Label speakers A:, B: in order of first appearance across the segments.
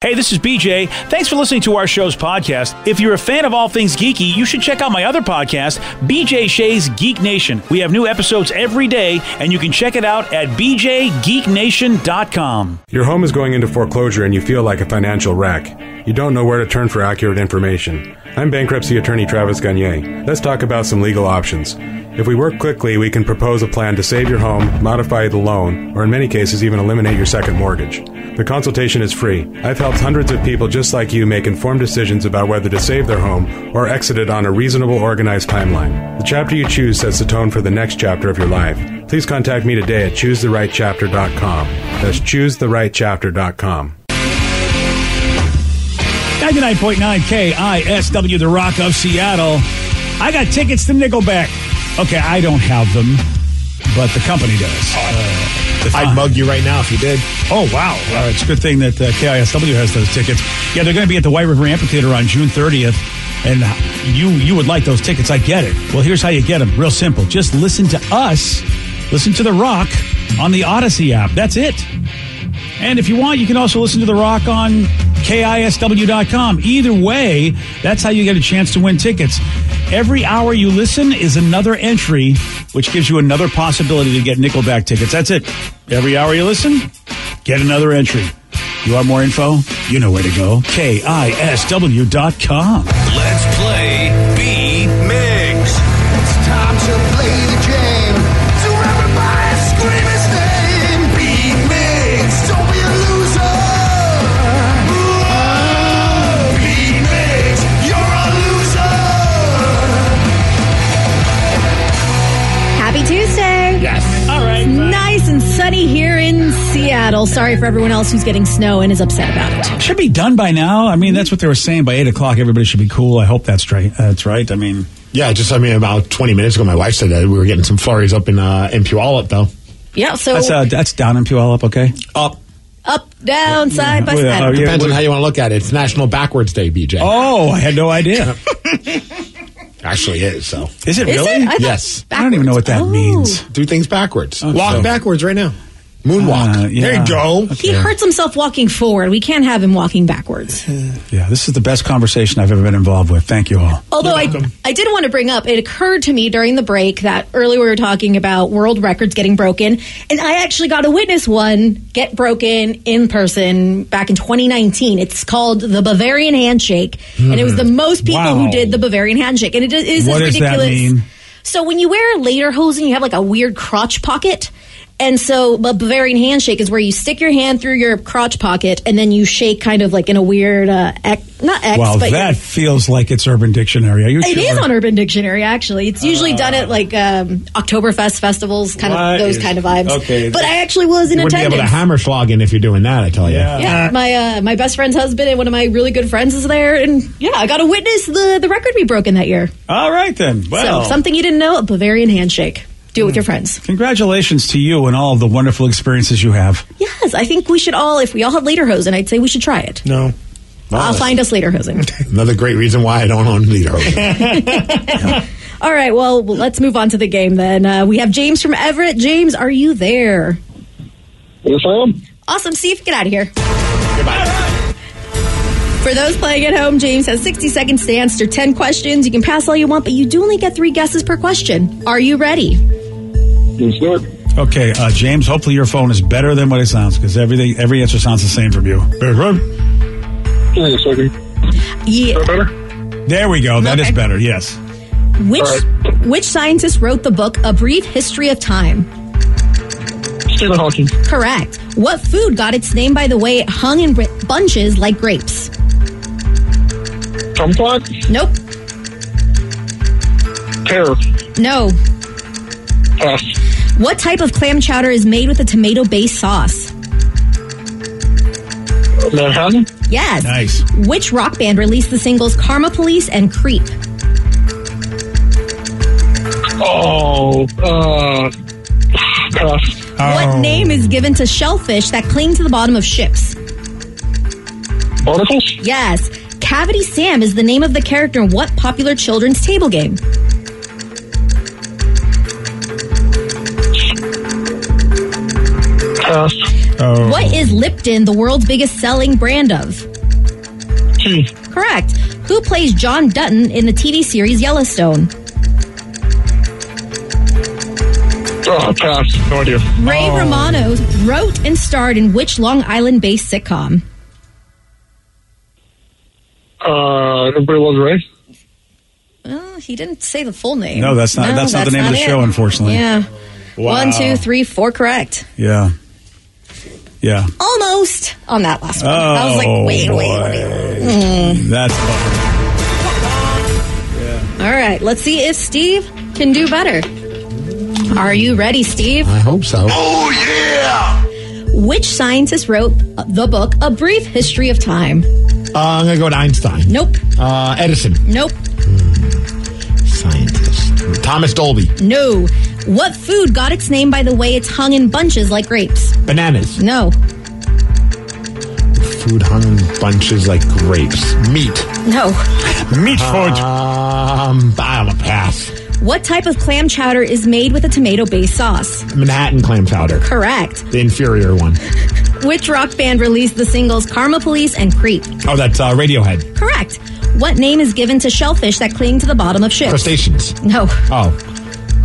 A: Hey, this is BJ. Thanks for listening to our show's podcast. If you're a fan of all things geeky, you should check out my other podcast, BJ Shays Geek Nation. We have new episodes every day, and you can check it out at bjgeeknation.com.
B: Your home is going into foreclosure and you feel like a financial wreck. You don't know where to turn for accurate information. I'm bankruptcy attorney Travis Gagne. Let's talk about some legal options. If we work quickly, we can propose a plan to save your home, modify the loan, or in many cases, even eliminate your second mortgage. The consultation is free. I've helped hundreds of people just like you make informed decisions about whether to save their home or exit it on a reasonable, organized timeline. The chapter you choose sets the tone for the next chapter of your life. Please contact me today at choosetherightchapter.com. That's choosetherightchapter.com.
A: 99.9 KISW, The Rock of Seattle. I got tickets to Nickelback. Okay, I don't have them, but the company does. Uh,
C: I'd mug you right now if you did.
A: Oh, wow. Uh, it's a good thing that uh, KISW has those tickets. Yeah, they're going to be at the White River Amphitheater on June 30th. And you you would like those tickets. I get it. Well, here's how you get them. Real simple. Just listen to us. Listen to The Rock on the Odyssey app. That's it. And if you want, you can also listen to The Rock on KISW.com. Either way, that's how you get a chance to win tickets. Every hour you listen is another entry, which gives you another possibility to get Nickelback tickets. That's it. Every hour you listen, get another entry. You want more info? You know where to go. KISW.com.
D: Let's play B Migs.
E: It's time to play the game. So everybody scream his name. Be mixed. Don't be a loser. Be mixed. You're a loser.
F: Happy Tuesday.
C: Yes.
A: All right.
F: Nice and sunny here in Seattle. Sorry for everyone else who's getting snow and is upset about it.
A: Should be done by now. I mean, that's what they were saying. By eight o'clock, everybody should be cool. I hope that's right. That's right. I mean,
C: Yeah, just I mean, about 20 minutes ago, my wife said that we were getting some flurries up in uh, in Puyallup, though.
F: Yeah, so
A: that's uh, that's down in Puyallup. Okay.
C: Up
F: up, down, side by
A: Oh, yeah.
F: side.
A: Oh, yeah.
C: depends on how you want to look at it. It's National Backwards Day, BJ.
A: Oh, I had no idea.
C: Actually, it is. So
A: Is it
F: Is
A: really?
F: it? I thought
C: Yes.
A: I don't even know what that
F: backwards.
A: means.
F: Oh.
C: do things backwards. Walk
A: so-
C: backwards right now. Moonwalk.
A: Uh, yeah.
C: There you go.
F: He hurts himself walking forward. We can't have him walking backwards.
A: Hmm. Yeah, this is the best conversation I've ever been involved with. Thank you all.
F: Although I, I did want to bring up, it occurred to me during the break that earlier we were talking about world records getting broken, and I actually got to witness one get broken in person back in 2019. It's called the Bavarian handshake, and it was the most people
A: Wow.
F: who did the Bavarian handshake, and it is
A: What
F: as
A: does that
F: ridiculous.
A: mean?
F: So when you wear a lederhosen, you have like a weird crotch pocket. And so the Bavarian handshake is where you stick your hand through your crotch pocket and then you shake kind of like in a weird, uh, X, not X,
A: Well,
F: but
A: that feels like it's Urban Dictionary. Are you
F: it
A: sure?
F: is on Urban Dictionary, actually. It's usually done at like um, Oktoberfest festivals, kind
A: What
F: of those
A: is-
F: kind of vibes.
A: okay.
F: but I actually was in
C: You wouldn't be able to
F: attendance.
C: hammer slog in if you're doing that, I tell you.
A: Yeah.
F: yeah, my uh, my best friend's husband and one of my really good friends is there, and yeah, I got to witness the the record be broken that year.
A: All right then. Well,
F: so something you didn't know: a Bavarian handshake. Do it with your friends.
A: congratulations to you and all of the wonderful experiences you have.
F: Yes, I think we should all, if we all had lederhosen, I'd say we should try it.
C: No.
F: I'll find us lederhosen.
C: Another great reason why I don't own Lederhosen.
F: all right, well, let's move on to the game then. Uh, we have James from Everett. James, are you there?
G: Yes, I am.
F: Awesome, Steve, get out of here. For those playing at home, James has 60 seconds to answer 10 questions. You can pass all you want, but you do only get three guesses per question. Are you ready?
G: Yes, sir.
A: Okay, uh, James. Hopefully your phone is better than what it sounds because everything, every answer sounds the same from you.
G: Wait a second.
F: Yeah.
A: There we go. That is better. Yes.
F: Which
A: All
F: which scientist wrote the book A Brief History of Time?
G: Stephen Hawking.
F: Correct. What food got its name by the way it hung in br- bunches like grapes?
G: Kumquat?
F: Nope.
G: Pear.
F: No.
G: Pass.
F: What type of clam chowder is made with a tomato-based sauce?
G: Manhattan?
F: Yes.
G: Nice.
F: Which rock band released the singles Karma Police and Creep?
G: Oh, uh, pass.
A: Oh.
F: What name is given to shellfish that cling to the bottom of ships?
G: Barnacles?
F: Yes. Cavity Sam is the name of the character in what popular children's table game?
G: Pass.
A: Oh.
F: What is Lipton the world's biggest selling brand of?
G: Tea.
F: Correct. Who plays John Dutton in the TV series Yellowstone?
G: Oh, pass. No idea.
F: Ray
A: Oh.
F: Romano wrote and starred in which Long Island based sitcom?
G: Uh, everybody loves Ray?
F: Well, he didn't say the full name.
A: No, that's not- that's not the name of the show, unfortunately.
F: Yeah.
A: Wow.
F: One, two, three, four, correct.
A: Yeah. Yeah.
F: Almost on that last one. I was
A: Oh,
F: like, wait, wait,
A: boy.
F: wait. Mm.
A: That's
F: All right, let's see if Steve can do better. Are you ready, Steve?
C: I hope so.
F: yeah! Which scientist wrote the book A Brief History of Time?
C: Uh, I'm going to go with Einstein.
F: Nope.
C: Uh, Edison. Hmm.
F: Nope.
C: Scientist. Thomas Dolby.
F: No. What food got its name by the way it's hung in bunches like grapes?
C: Bananas.
F: No.
C: Food hung in bunches like grapes. Meat.
F: No.
A: Meat
C: food. Um, I'm a pass.
F: What type of clam chowder is made with a tomato based sauce?
C: Manhattan clam chowder.
F: Correct.
C: The inferior one.
F: Which rock band released the singles Karma Police and Creep?
C: Oh, that's uh, Radiohead.
F: Correct. What name is given to shellfish that cling to the bottom of ships?
C: Crustaceans.
F: No.
C: Oh.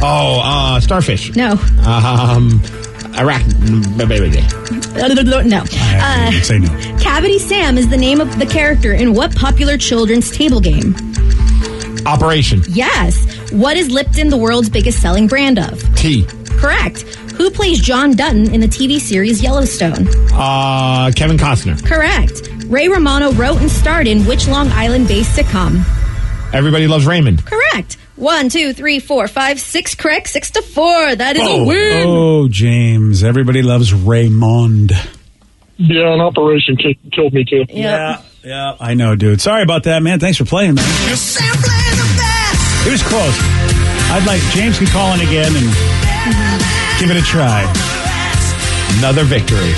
C: Oh, uh, starfish.
F: No.
C: Um, arachnid.
F: No. Uh,
A: Say no.
F: Cavity Sam is the name of the character in what popular children's table game?
C: Operation.
F: Yes. What is Lipton the world's biggest selling brand of?
C: T.
F: Correct. Who plays John Dutton in the TV series Yellowstone?
C: Uh, Kevin Costner.
F: Correct. Ray Romano wrote and starred in which Long Island based sitcom?
C: Everybody loves Raymond.
F: Correct. One, two, three, four, five, six. Correct. Six to four. That is a win.
A: Oh, James. Everybody loves Raymond.
G: Yeah, an operation ki- killed me too.
A: Yeah. Yeah. I know, dude. Sorry about that, man. Thanks for playing, man. It was close. I'd like James could call in again and give it a try.
C: Another victory.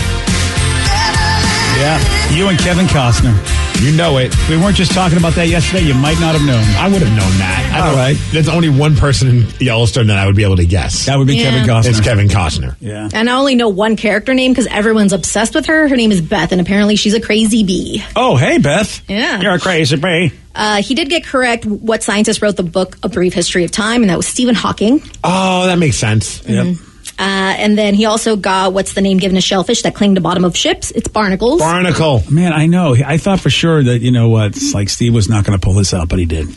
A: Yeah. You and Kevin Costner.
C: You know it.
A: We weren't just talking about that yesterday. You might not have known.
C: I would have known that. I
A: All
C: don't-
A: right.
C: There's only one person in Yellowstone that I would be able to guess.
A: That would be
F: Yeah.
A: Kevin Costner.
C: It's Kevin Costner.
A: Yeah.
F: And I only know one character name because everyone's obsessed with her. Her name is Beth, and apparently she's a crazy bee.
A: Oh, hey, Beth.
F: Yeah.
A: You're a crazy bee.
F: Uh, he did get correct what scientist wrote the book A Brief History of Time, and that was Stephen Hawking.
C: Oh, that makes sense.
A: Yep.
F: Uh, and then he also got what's the name given to shellfish that cling to bottom of ships? It's barnacles.
C: Barnacle.
A: Man, I know. I thought for sure that, you know what, it's like Steve was not going to pull this out, but he did.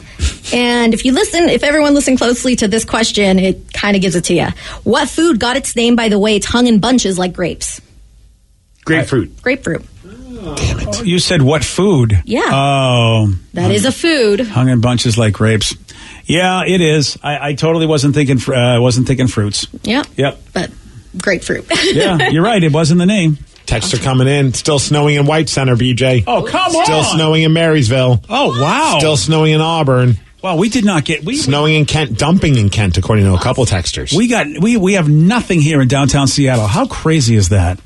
F: and if you listen, if everyone listened closely to this question, it kind of gives it to you. What food got its name by the way it's hung in bunches like grapes?
C: Grapefruit.
F: Grapefruit.
A: oh, You said what food?
F: Yeah.
A: Oh,
F: That is a food.
A: hung in bunches like grapes. Yeah, it is. I, I totally wasn't thinking. fr- Uh, wasn't thinking fruits.
F: Yep.
A: Yep.
F: But grapefruit.
A: Yeah, you're right. It wasn't the name.
C: Texts are coming in. Still snowing in White Center, BJ.
A: Oh come
C: Still
A: on!
C: snowing in Marysville.
A: Oh wow!
C: Still snowing in Auburn.
A: wow, we did not get we
C: Snowing in Kent. Dumping in Kent, according to a couple texters.
A: we got we we have nothing here in downtown Seattle. How crazy is that?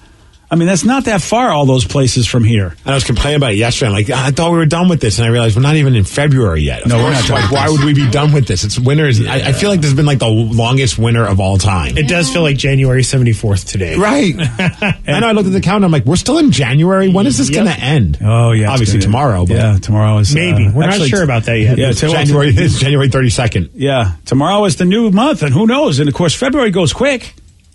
A: I mean, that's not that far. All those places from here.
C: And I was complaining about it yesterday. I'm like, I thought we were done with this, and I realized we're not even in February yet.
A: No, we're not done
C: Like,
A: with
C: why
A: this.
C: would we be done with this? It's winter. Is, I, I feel like this has been like the longest winter of all time.
H: It does feel like January 74th today.
C: Right. I know. I looked at the calendar. I'm like, we're still in January. When is this going to end?
A: Oh yeah, it's
C: Obviously
A: gonna-
C: tomorrow. But
A: yeah, tomorrow is uh,
H: Maybe. We're not
A: actually-
H: sure about that yet.
A: Yeah,
C: It's January it's January 32nd.
A: Yeah, tomorrow is the new month, and who knows? And of course, February goes quick.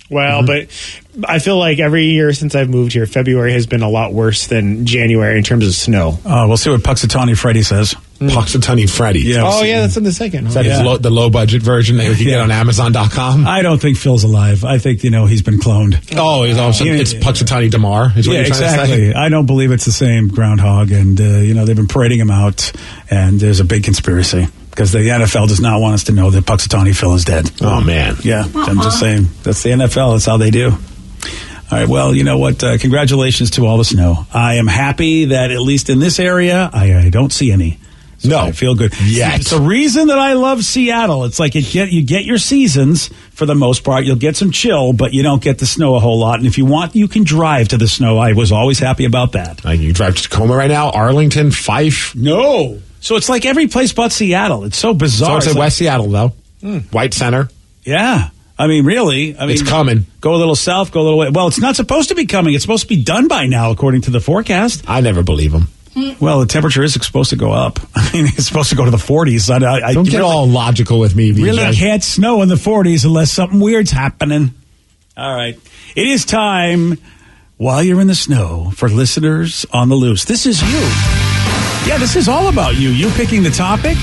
H: Well,
C: Mm-hmm.
H: but I feel like every year since I've moved here, February has been a lot worse than January in terms of snow.
C: Oh,
A: Uh, we'll see what Puxatawny Freddy says.
C: Puxatawny Freddy.
A: Yeah.
H: oh, yeah, that's in the second.
C: Is that his
A: Yeah.
C: low, the low budget version that you can get on Amazon.com?
A: I don't think Phil's alive. I think you know he's been cloned.
C: Oh, it's, also, it's Puxatawny Damar. Is what
A: yeah,
C: you're trying
A: exactly.
C: to say?
A: I don't believe it's the same groundhog, and uh, you know they've been parading him out, and there's a big conspiracy because the NFL does not want us to know that Puxatawny Phil is dead.
C: Oh man.
A: Yeah, I'm just saying that's the NFL. That's how they do. All right. Well, you know what? Uh, congratulations to all the snow. I am happy that at least in this area, I, I don't see any. So no, I feel good.
C: Yet.
A: it's the reason that I love Seattle. It's like you get you get your seasons for the most part. You'll get some chill, but you don't get the snow a whole lot. And if you want, you can drive to the snow. I was always happy about that.
C: Like you drive to Tacoma right now, Arlington, Fife.
A: No, so it's like every place but Seattle. It's so
C: So
A: bizarre.
C: it's
A: It's
C: in
A: like-
C: West Seattle though.
H: Hmm.
C: White Center.
A: Yeah. I mean, really. I mean,
C: It's coming.
A: Go a little south, go a little way. Well, it's not supposed to be coming. It's supposed to be done by now, according to the forecast.
C: I never believe them.
A: Well, the temperature is supposed to go up. I mean, it's supposed to go to the 40s. I, I, I
C: Don't get
A: really,
C: all logical with me.
A: really
C: VJ.
A: can't snow in the 40s unless something weird's happening. All right. It is time, while you're in the snow, for listeners on the loose. This is you. Yeah, this is all about you. You picking the topic,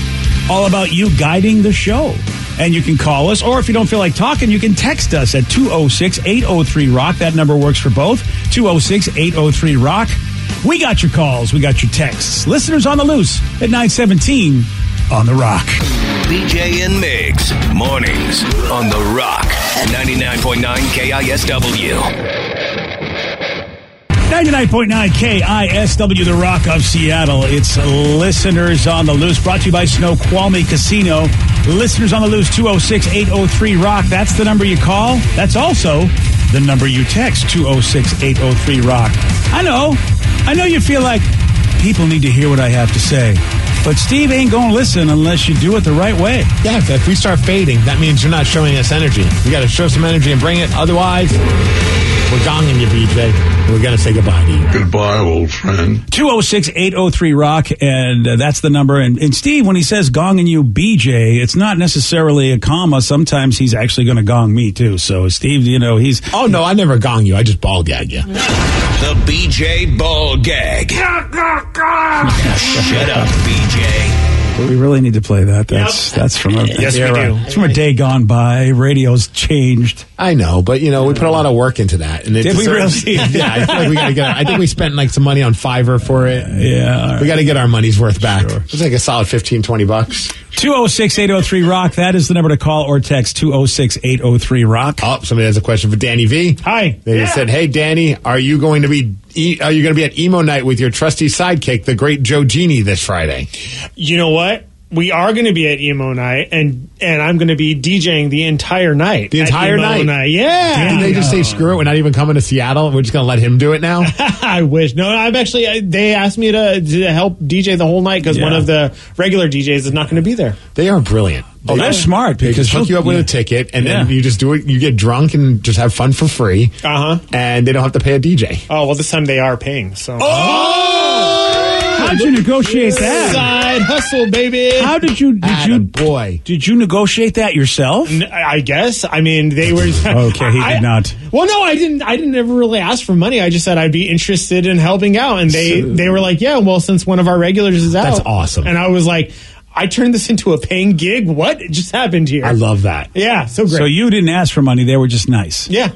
A: all about you guiding the show. And you can call us, or if you don't feel like talking, you can text us at 206 803 Rock. That number works for both 206 803 Rock. We got your calls, we got your texts. Listeners on the loose at 917 on The Rock.
D: BJ and Migs. Mornings on The Rock. 99.9 KISW.
A: 99.9 KISW, The Rock of Seattle. It's Listeners on the Loose, brought to you by Snoqualmie Casino. Listeners on the Loose, 206 803 Rock. That's the number you call. That's also the number you text, 206 803 Rock. I know. I know you feel like people need to hear what I have to say, but Steve ain't going to listen unless you do it the right way.
C: Yeah, if, if we start fading, that means you're not showing us energy. We got to show some energy and bring it. Otherwise, we're gonging you, BJ. We're gonna say goodbye to you.
I: Goodbye, old friend.
A: 206 803 Rock, and uh, that's the number. And, and Steve, when he says gong and you BJ, it's not necessarily a comma. Sometimes he's actually going to gong me, too. So, Steve, you know, he's.
C: Oh no, I never gong you. I just ball gag you.
D: The BJ Ball Gag. Shut up, BJ.
A: We really need to play that. That's that's from a,
H: Yes, we
A: era.
H: do.
A: It's from a day gone by. Radio's changed.
C: I know, but you know, we put a lot of work into that. And it
A: Did we
C: deserves-
A: really?
C: yeah, I feel like we gotta get. I think we spent like some money on Fiverr for it.
A: Yeah. all right.
C: We got to get our money's worth back. It's like a solid 15, 20 bucks.
A: 206 803 Rock. That is the number to call or text 206 803 Rock.
C: Oh, somebody has a question for Danny V.
H: Hi.
C: They just said, "Hey, Danny, are you going to be e- are you going to be at emo night with your trusty sidekick, the great Joe Genie, this Friday?"
H: You know what? We are going to be at emo night, and and I'm going to be DJing the entire night.
C: The
H: at
C: entire
H: emo
C: night?
H: Yeah.
C: Didn't they just say, "Screw it, we're not even coming to Seattle. We're just going to let him do it now."
H: I wish. No, I'm actually. I- They asked me to, to help DJ the whole night because one
A: Yeah.
H: of the regular DJs is not going to be there.
C: they are brilliant.
A: Oh,
C: They-
A: that's smart
C: They
A: because
C: just hook
A: he'll-
C: you up with
A: yeah.
C: a ticket, and then
A: Yeah.
C: you just do it. You get drunk and just have fun for free,
H: Uh huh.
C: and they don't have to pay a DJ.
H: Oh well, this time they are paying. So
C: Oh,
A: How'd you negotiate that?
H: side hustle, baby.
A: How did you did you
C: boy?
A: did you negotiate that yourself?
H: N- I guess. I mean, they were.
A: Okay, he did
H: I-
A: not.
H: Well, no, I didn't. I didn't ever really ask for money. I just said I'd be interested in helping out, and they they were like, "Yeah, well, since one of our regulars is out,
C: That's awesome.
H: And I was like, "I turned this into a paying gig. What just happened here?"
C: I love that.
H: Yeah, so great.
A: So you didn't ask for money. They were just nice.
H: yeah.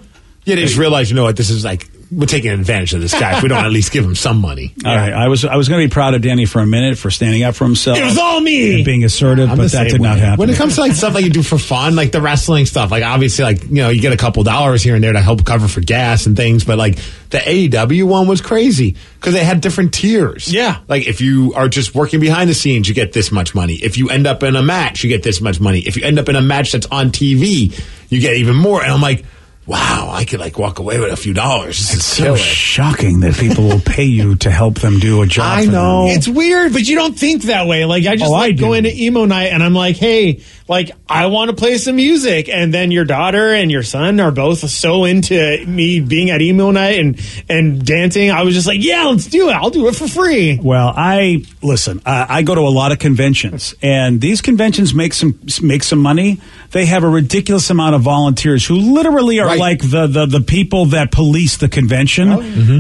C: Yeah, they just realize, you know what? This is like we're taking advantage of this guy if we don't at least give him some money.
A: All right, I was I was going to be proud of Danny for a minute for standing up for himself.
H: It was all me.
A: and being assertive,
C: I'm the
A: but that
C: same
A: did not
C: way.
A: happen.
C: When it comes to like stuff like you do for fun, like the wrestling stuff, like obviously, like you know, you get a couple dollars here and there to help cover for gas and things, but like the AEW one was crazy because they had different tiers.
H: Yeah.
C: like if you are just working behind the scenes, you get this much money. If you end up in a match, you get this much money. If you end up in a match that's on TV, you get even more. And I'm like, wow, I could like walk away with a few dollars. This is
A: it's so
C: killer.
A: shocking that people will pay you to help them do a job.
C: I
A: for them.
C: know.
H: It's weird, but you don't think that way. Like I just
A: Oh, I
H: like go
A: do.
H: into emo night and I'm like, hey, like I want to play some music, and then your daughter and your son are both so into me being at emo night and and dancing. I was just like, yeah, let's do it. I'll do it for free.
A: Well, I listen. I, I go to a lot of conventions, and these conventions make some make some money. They have a ridiculous amount of volunteers who literally are
C: Right.
A: like the, the the people that police the convention.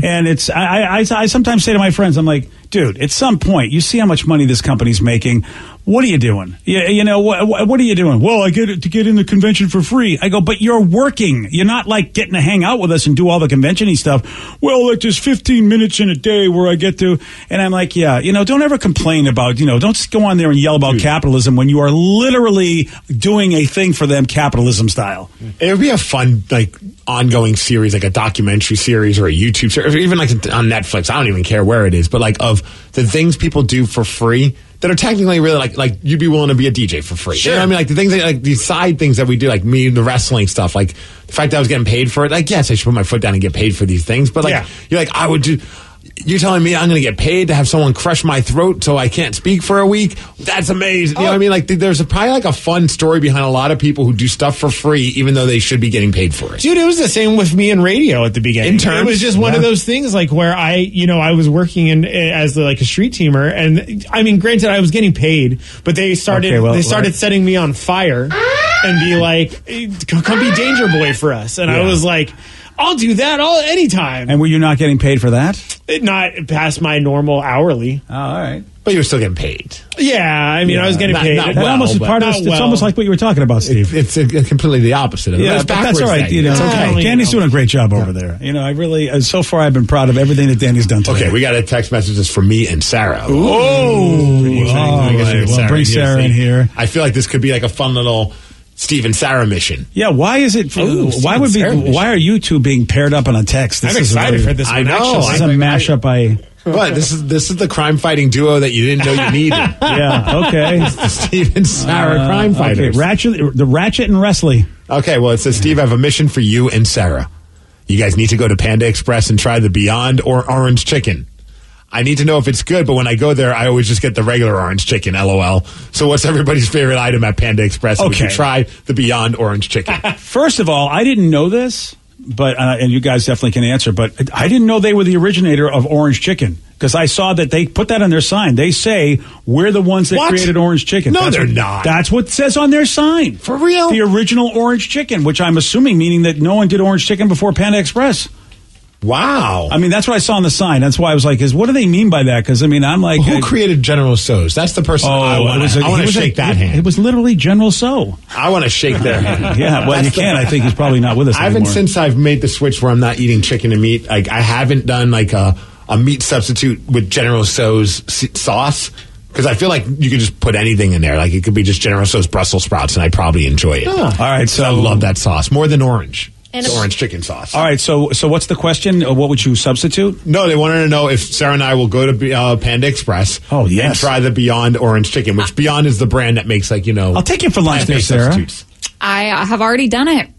A: And it's I, I I- I sometimes say to my friends, I'm like, dude, at some point, you see how much money this company's making. What are you doing? You, you know what, what? What are you doing? Well, I get it to get in the convention for free. I go, but you're working. You're not like getting to hang out with us and do all the conventiony stuff. Well, like there's 15 minutes in a day where I get to, and I'm like, yeah, you know, don't ever complain about, you know, don't just go on there and yell about capitalism when you are literally doing a thing for them, capitalism style.
C: It would be a fun, like, ongoing series, like a documentary series or a YouTube series, or even like on Netflix. I don't even care where it is, but like of the things people do for free that are technically really like, like you'd be willing to be a DJ for free. You know what I mean? Like the things that, like these side things that we do, like me and the wrestling stuff, like the fact that I was getting paid for it. Like, yes, I should put my foot down and get paid for these things, but like,
H: Yeah.
C: you're like, I would do. You're telling me I'm going to get paid to have someone crush my throat so I can't speak for a week? That's amazing. You know what I mean? Like, th- there's a, probably like a fun story behind a lot of people who do stuff for free, even though they should be getting paid for it.
H: Dude, it was the same with me and radio at the beginning.
C: In terms-
H: it was just one of
C: yeah.
H: those things like where I, you know, I was working in as like a street teamer, and I mean, granted, I was getting paid, but they started
A: Okay, well,
H: they started
A: right.
H: setting me on fire and be like, "Eh, "Come be Danger Boy for us," and I
A: Yeah.
H: was like. I'll do that all anytime.
A: And were you not getting paid for that?
H: It not past my normal hourly.
A: Oh, all right.
C: But you're still getting paid.
H: Yeah, I mean, I was getting
C: Not-
H: paid.
C: not
A: That
C: Well,
A: almost is
C: but-
A: part of
H: not
A: this, it's
H: well.
A: almost like what you were talking about, Steve.
C: It's uh completely the opposite of it.
A: Yeah,
C: It's
A: but that's
C: backwards
A: all right.
C: then.
A: You know,
C: It's okay.
H: okay.
A: Danny's doing a great job over there. You know, I really, uh, so far, I've been proud of everything that Danny's done today.
C: Okay, we got a text message that's from me and Sarah. Ooh.
A: Oh,
C: I guess we can
A: Well, bring Sarah in here.
C: I feel like this could be like a fun little Steve and Sarah mission.
A: Yeah, why is it?
C: Ooh,
A: why would be?
C: Sarah Michelle.
A: Why are you two being paired up on a text?
H: I'm excited for this
C: I
H: one.
C: know.
H: actually.
A: This is a
C: I-
A: mashup. I
C: But this is this is the crime fighting duo that you didn't know you needed.
A: yeah. Okay.
C: Steve and Sarah,
A: Uh,
C: crime
A: okay,
C: fighters. Okay,
A: Ratchet, the Ratchet and Wrestly.
C: well, it says, Steve, I have a mission for you and Sarah. You guys need to go to Panda Express and try the Beyond or Orange Chicken. I need to know if it's good, but when I go there, I always just get the regular orange chicken, lol. So, what's everybody's favorite item at Panda Express? And We should
A: Okay.
C: try the Beyond Orange Chicken.
A: First of all, I didn't know this, but uh, and you guys definitely can answer. But I didn't know they were the originator of Orange Chicken because I saw that they put that on their sign. They say we're the ones that
C: What?
A: created Orange Chicken.
C: No,
A: That's
C: they're
A: what-
C: not.
A: That's what it says on their sign.
C: For real?
A: the original Orange Chicken, which I'm assuming meaning that no one did Orange Chicken before Panda Express.
C: wow.
A: I mean, that's what I saw on the sign. That's why I was like, "Is what do they mean by that?" Because I mean, I'm like,
C: Who
A: I- Oh,
C: created General So's? That's the person I
A: it
C: want
A: was
C: to
A: a-
C: I want
A: he
C: to
A: was a-
C: shake that
A: it-
C: hand.
A: It was literally General So.
C: I want to shake their hand.
A: Yeah, well,
C: That's
A: you
C: the-
A: can. I think he's probably not with us
C: I haven't
A: anymore.
C: since I've made the switch where I'm not eating chicken and meat. Like I haven't done like a, a meat substitute with General So's s- sauce because I feel like you could just put anything in there. Like it could be just General So's Brussels sprouts, and I probably enjoy it.
A: Ah. All right, so
C: I love that sauce more than orange.
F: And
C: It's
F: a-
C: orange chicken sauce.
A: All right, so so what's the question? Uh, What would you substitute?
C: No, they wanted to know if Sarah and I will go to Be- uh, Panda Express.
A: Oh,
C: and
A: yes.
C: try the Beyond Orange Chicken, which Beyond is the brand that makes like you know.
A: I'll take you for lunch there,
C: plant-based
A: Sarah.
C: substitutes.
I: I uh, have already done it.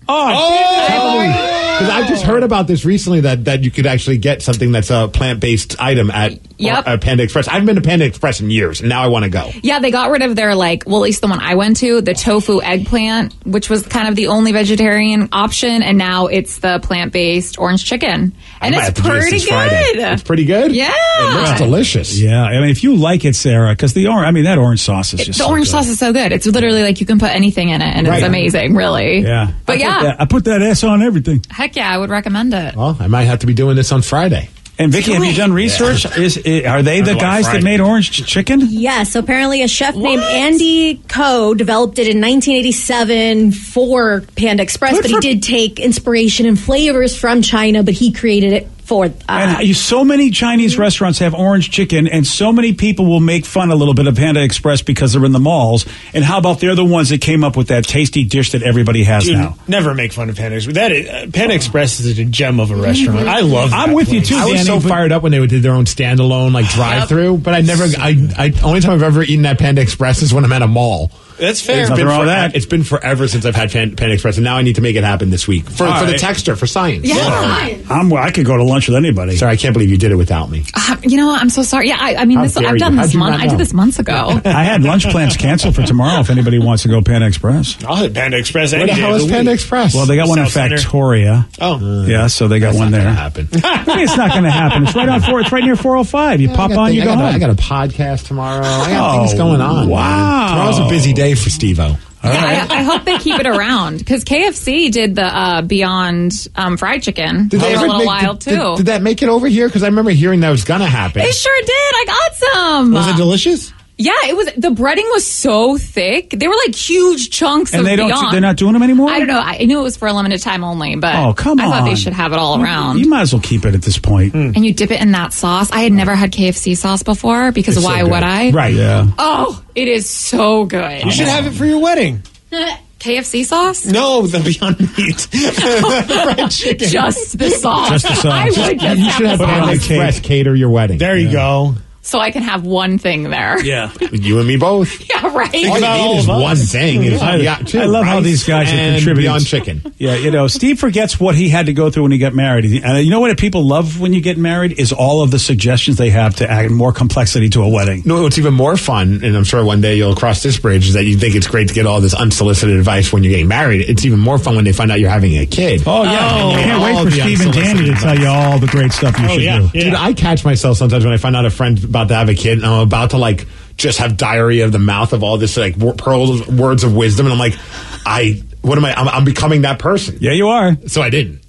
C: Oh, because I've just heard about this recently that, that you could actually get something that's a plant based item at
I: Yep.
C: uh, Panda Express. I haven't been to Panda Express in years, and now I want to go.
I: Yeah, they got rid of their like, well, at least the one I went to, the tofu eggplant, which was kind of the only vegetarian option, and now it's the plant-based orange chicken, and
C: I might have
I: it's
C: to do this
I: pretty
C: this Friday.
I: good.
C: It's pretty good.
I: Yeah.
C: it looks delicious.
A: Yeah, I mean, if you like it, Sarah, because the orange, I mean, that orange sauce is just
I: the
A: so
I: orange
A: good.
I: sauce is so good. It's literally like you can put anything in it, and
C: Right.
I: it's amazing, really.
A: Yeah, I
I: but
A: put
I: yeah,
A: that- I put that S on everything.
I: heck yeah, I would recommend it.
C: Well, I might have to be doing this on Friday.
A: And Vicky, have you done research? Is, i are they the
C: Otherwise
A: guys
C: fried.
A: that made orange ch- chicken?
F: Yes, apparently a chef named Andy Coe developed it in 1987 for Panda Express,
A: Good
F: but
A: for-
F: he did take inspiration and flavors from China, but he created it for.
I: Ah.
F: Uh,
A: And you, so many Chinese restaurants have orange chicken, and so many people will make fun a little bit of Panda Express because they're in the malls. And how about they're the ones that came up with that tasty dish that everybody has
H: Dude,
A: now?
H: never make fun of Panda Express. That is, uh, Panda Express is a gem of a restaurant. I love.
A: Mm-hmm. I'm
H: that
A: with you
H: place.
A: too,
C: I was
A: Danny,
C: so
A: but-
C: fired up when they did their own standalone like drive through, but I never. I, I only time I've ever eaten at Panda Express is when I'm at a mall
H: That's fair.
C: It's
H: Nothing
C: been,
H: wrong with
C: forever- it's been forever since I've had Pan, Pan Express, and now I need to make it happen this week for,
A: All
C: for the
A: right.
C: texter for science.
I: Yeah.
A: I'm, I could go to lunch with anybody.
C: Sorry, I can't believe you did it without me.
I: Uh, you know what? I'm so sorry. Yeah, I, I mean,
C: How
I: this,
C: dare
I: I've
C: you.
I: done
C: How'd
I: this
C: you
I: month.
C: not
I: I
C: know?
I: did this months ago.
A: I had lunch plans canceled for tomorrow if anybody wants to go Pan Express.
C: Oh,
H: I'll hit Panda Express.
C: Where
H: any
C: the
H: day
C: hell
H: of
C: is
H: the
C: Panda
H: week.
C: Express?
A: Well, they got one in
H: South Center.
A: Factoria.
H: Oh,
A: Yeah, so they got
C: Mm. That's
A: one
C: not
A: there.
C: gonna happen.
A: What do you mean it's not going to happen. It's right on four. It's right near 405. You
C: I
A: pop
C: got
A: on,
C: thi-
A: you
C: I
A: go
C: got, a-
A: home.
C: I got a podcast tomorrow. I got
A: Oh,
C: things going on. man.
A: wow.
C: Tomorrow's a busy day for Steve O.
I: Yeah, I, I hope they keep it around because KFC did the uh, Beyond um, Fried Chicken for a little while
C: did,
I: too.
C: Did, did that make it over here? Because I remember hearing that was going to happen.
I: They sure did. I got some.
C: was it delicious?
I: yeah, it was. The breading was so thick. They were like huge chunks
A: And
I: of
A: they don't.
I: Beyond.
A: They're not doing them anymore.
I: I don't know. I I knew it was for a limited time only, but
A: Oh come
I: I
A: on!
I: thought they should have it all
A: You-
I: around.
A: You, might as well keep it at this point.
I: and you dip it in that sauce. I had never had KFC sauce before because
C: It's so
I: why
C: good.
I: would I?
C: Right.
A: Yeah.
I: Oh, it is so good.
H: You should have it for your wedding.
I: KFC sauce?
H: No, the Beyond Meat. Fried chicken.
I: Just the sauce.
A: Just the sauce.
I: I would
C: You,
I: just
C: you should have
A: Put it on
C: Panda
A: the cake.
C: Express cater your wedding.
H: There you go.
I: so I can have one thing there.
A: Yeah.
C: You and me both.
I: Yeah, right.
C: All
H: about
C: you
H: all
C: need is
H: of us.
C: one thing. It's-
A: I,
C: you got two,
A: I love how
C: rice
A: these guys are
C: and
A: contributing.
C: Beyond chicken.
A: Yeah, you know, Steve forgets what he had to go through when he got married. And uh, you know what people love when you get married is all of the suggestions they have to add more complexity to a wedding.
C: No, what's even more fun, and I'm sure one day you'll cross this bridge, is that you think it's great to get all this unsolicited advice when you're getting married. It's even more fun when they find out you're having a kid.
A: Oh yeah,
C: Oh,
A: I can't
C: all
A: wait for
C: the
A: Steve and Danny to
C: unsolicited
A: tell you all the great stuff you
H: Oh,
A: should
H: yeah.
A: do.
H: Yeah.
C: Dude, I catch myself sometimes when I find out a friend's about to have a kid, and I'm about to like just have diarrhea of the mouth of all this like wor- pearls of words of wisdom, and I'm like, I what am I? I'm, I'm becoming that person.
A: Yeah, you are.
C: So I didn't.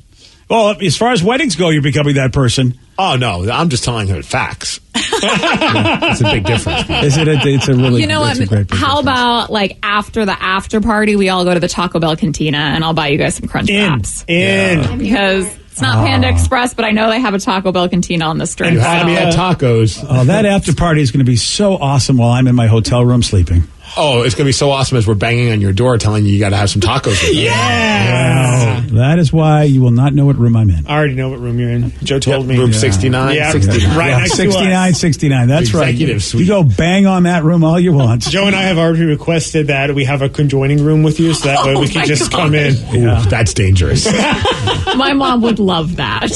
A: Well, as far as weddings go, you're becoming that person.
C: Oh no, I'm just telling her facts. It's a big difference. man.
A: Is it? A, it's a really.
I: You know
A: it's
I: what?
A: a great
I: How
A: business.
I: about like after the after party, we all go to the Taco Bell Cantina and I'll buy you guys some Crunch
H: In.
I: Wraps
H: In.
I: because it's not
A: Ah.
I: Panda Express, but I know they have a Taco Bell Cantina on the street.
H: And
C: You had me at
I: so-
C: tacos.
A: Oh, that after party is going to be so awesome while I'm in my hotel room sleeping.
C: Oh, it's gonna be so awesome as we're banging on your door, telling you you got to have some tacos. With us.
A: Wow. That is why you will not know what room I'm in.
H: I already know what room you're in. Joe told me.
C: Room 69,
H: Yeah.
C: 69.
H: Right next to us.
A: 69, 69. That's right.
C: Executive suite.
A: You go bang on that room all you want.
H: Joe and I have already requested that we have a conjoining room with you, so that way
I: Oh
H: we can
I: my
H: just
I: God.
H: come in.
C: Ooh, that's dangerous.
I: My mom would love that.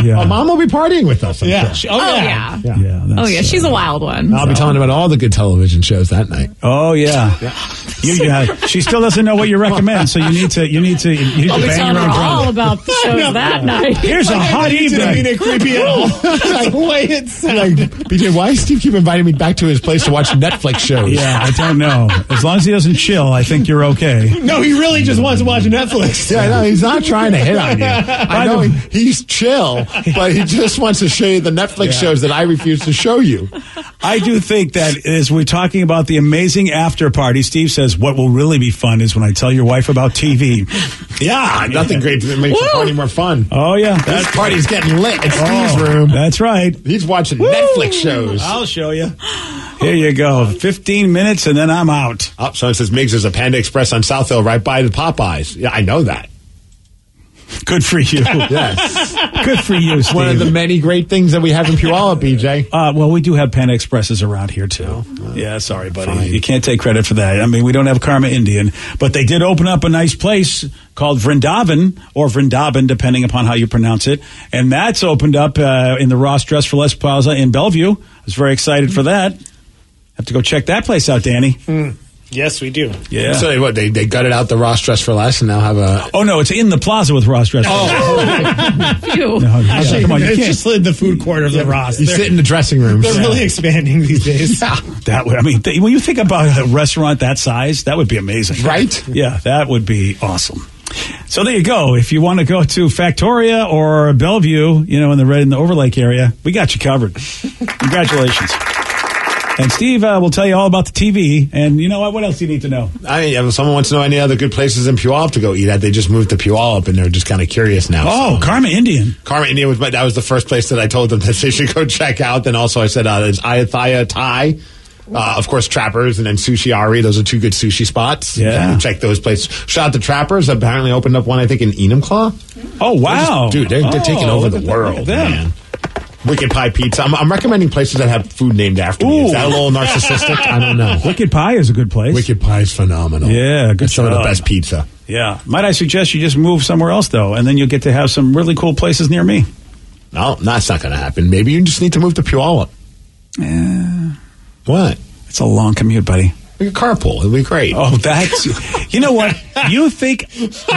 A: Yeah.
C: My Oh, mom will be partying with us. I'm
H: Yeah.
C: sure.
H: Oh,
I: oh
H: yeah.
I: yeah.
A: yeah.
I: Oh
A: that's,
I: yeah, she's a wild one.
C: I'll be telling about all the good television shows that night.
A: uh, oh yeah. You, yeah. She still doesn't know what you recommend, so you need to. You need to. You need
I: I'll
A: to
I: be
A: bang
I: telling
A: your
I: her
A: own
I: all
A: drum.
I: about the shows that night.
A: Here's a hot
H: It didn't mean
A: evening.
H: it creepy at all. like, wait, it
C: Like, BJ, why does Steve keep inviting me back to his place to watch Netflix shows?
A: Yeah, I don't know. As long as he doesn't chill, I think you're okay.
H: No, he really just wants to watch Netflix.
C: Yeah, no, he's not trying to hit on you. I know he- he's chill, but he just wants to show you the Netflix shows that I refuse to show you.
A: I do think that as we're talking about the amazing after party, Steve says what will really be fun is when I tell your wife about TV.
C: Yeah, nothing great that makes the party more fun.
A: Oh yeah,
C: This party's getting lit at Steve's
A: Oh,
C: room.
A: That's right.
C: He's watching Netflix shows.
A: I'll show you. Here you go. 15 minutes and then I'm out.
C: Up, someone Oh, says Migs is a Panda Express on South Hill, right by the Popeyes. Yeah, I know that.
A: Good for you.
C: Yes,
A: Good for you,
C: one of the
A: Steve.
C: many great things that we have in Puyallup, BJ.
A: Uh, well, we do have Panda Expresses around here, too. yeah, sorry, buddy. You can't take credit for that. I mean, we don't have Karma Indian, but they did open up a nice place called Vrindavan, or Vrindavan, depending upon how you pronounce it. And that's opened up uh, in the Ross Dress for Less Plaza in Bellevue. I was very excited for that. Have to go check that place out, Danny.
H: Mm. Yes, we do.
A: Yeah.
C: So they, what they they gutted out the Ross Dress for Less and now have a.
A: oh, no, it's in the plaza with Ross Dress for Less.
I: Phew.
A: No, no,
H: Oh. Actually,
A: come on, you
H: it's
A: can't.
H: just in the food court of the Ross.
C: You
H: They're,
C: sit in the dressing room.
H: they're really expanding these days.
A: That would, I mean, th- when you think about a restaurant that size, that would be amazing.
C: Right?
A: Yeah, that would be awesome. So there you go. If you want to go to Factoria or Bellevue, you know, in the Red and the Overlake area, we got you covered. Congratulations. And Steve uh, will tell you all about the TV. And you know what? What else do you need to know?
C: I mean, if someone wants to know any other good places in Puyallup to go eat at, they just moved to Puyallup and they're just kind of curious now.
A: Oh,
C: So-
A: Karma Indian.
C: Karma India was my, that was the first place that I told them that they should go check out. Then also I said uh, there's Ayatthaya Thai. Uh, of course, Trappers and then Sushi Ari. Those are two good sushi spots. You
A: Yeah.
C: can check those places. Shout out to Trappers. Apparently opened up one, I think, in Enumclaw.
A: Oh, wow.
C: Dude, they're, they're taking
A: Oh,
C: over
A: look
C: the
A: at that. Look
C: world,
A: at them.
C: man. Wicked Pie Pizza. I'm, I'm recommending places that have food named after me. Is that a little narcissistic? I don't know.
A: Wicked Pie is a good place.
C: Wicked Pie is phenomenal.
A: Yeah, Oh. good
C: It's some of the
A: job.
C: best pizza.
A: Yeah. Might I suggest you just move somewhere else though, and then you'll get to have some really cool places near me.
C: No, that's not going to happen. Maybe you just need to move to Puyallup.
A: Yeah.
C: What?
A: It's a long commute, buddy.
C: We could carpool. It'd be great.
A: Oh, that's. you know what? You think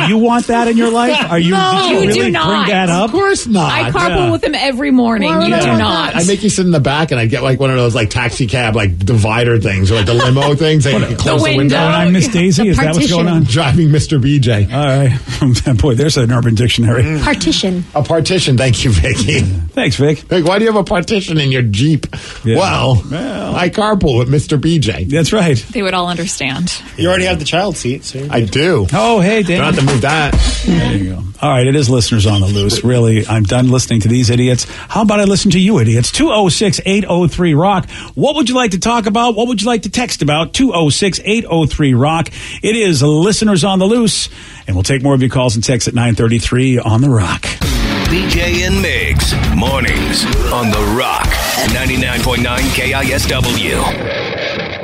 A: you want that in your life? Are you?
C: No.
A: did you
I: You
A: really
I: do not.
A: bring that up?
C: Of course not.
I: I carpool
A: yeah.
I: with him every morning.
C: Why would
I: you
C: I
I: do
C: want
I: not.
C: that? I make you sit in the back, and I get like one of those like taxi cab like divider things, or like the limo things. That you can close the window.
I: window.
A: And I miss Daisy.
F: The
A: Is that what's going on?
C: Driving Mr. BJ.
A: All right, Oh, boy. There's an urban dictionary.
F: Partition.
C: A partition. Thank you, Vicky.
A: Thanks, Vic.
C: Like, why do you have a partition in your Jeep?
A: Yeah.
C: Well,
A: Well.
C: I carpool with Mr. BJ.
A: That's right.
I: they would all understand.
H: You already have the child seat, so
C: I do.
A: Oh, hey,
C: Don't
A: Dan.
C: have to move that.
A: There you go. All right, it is listeners on the loose. Really, I'm done listening to these idiots. How about I listen to you idiots? 206 803 Rock. What would you like to talk about? What would you like to text about? 206 803 Rock. It is listeners on the loose, and we'll take more of your calls and texts at 933 on the Rock.
D: BJ and Migs, mornings on The Rock, 99.9 KISW.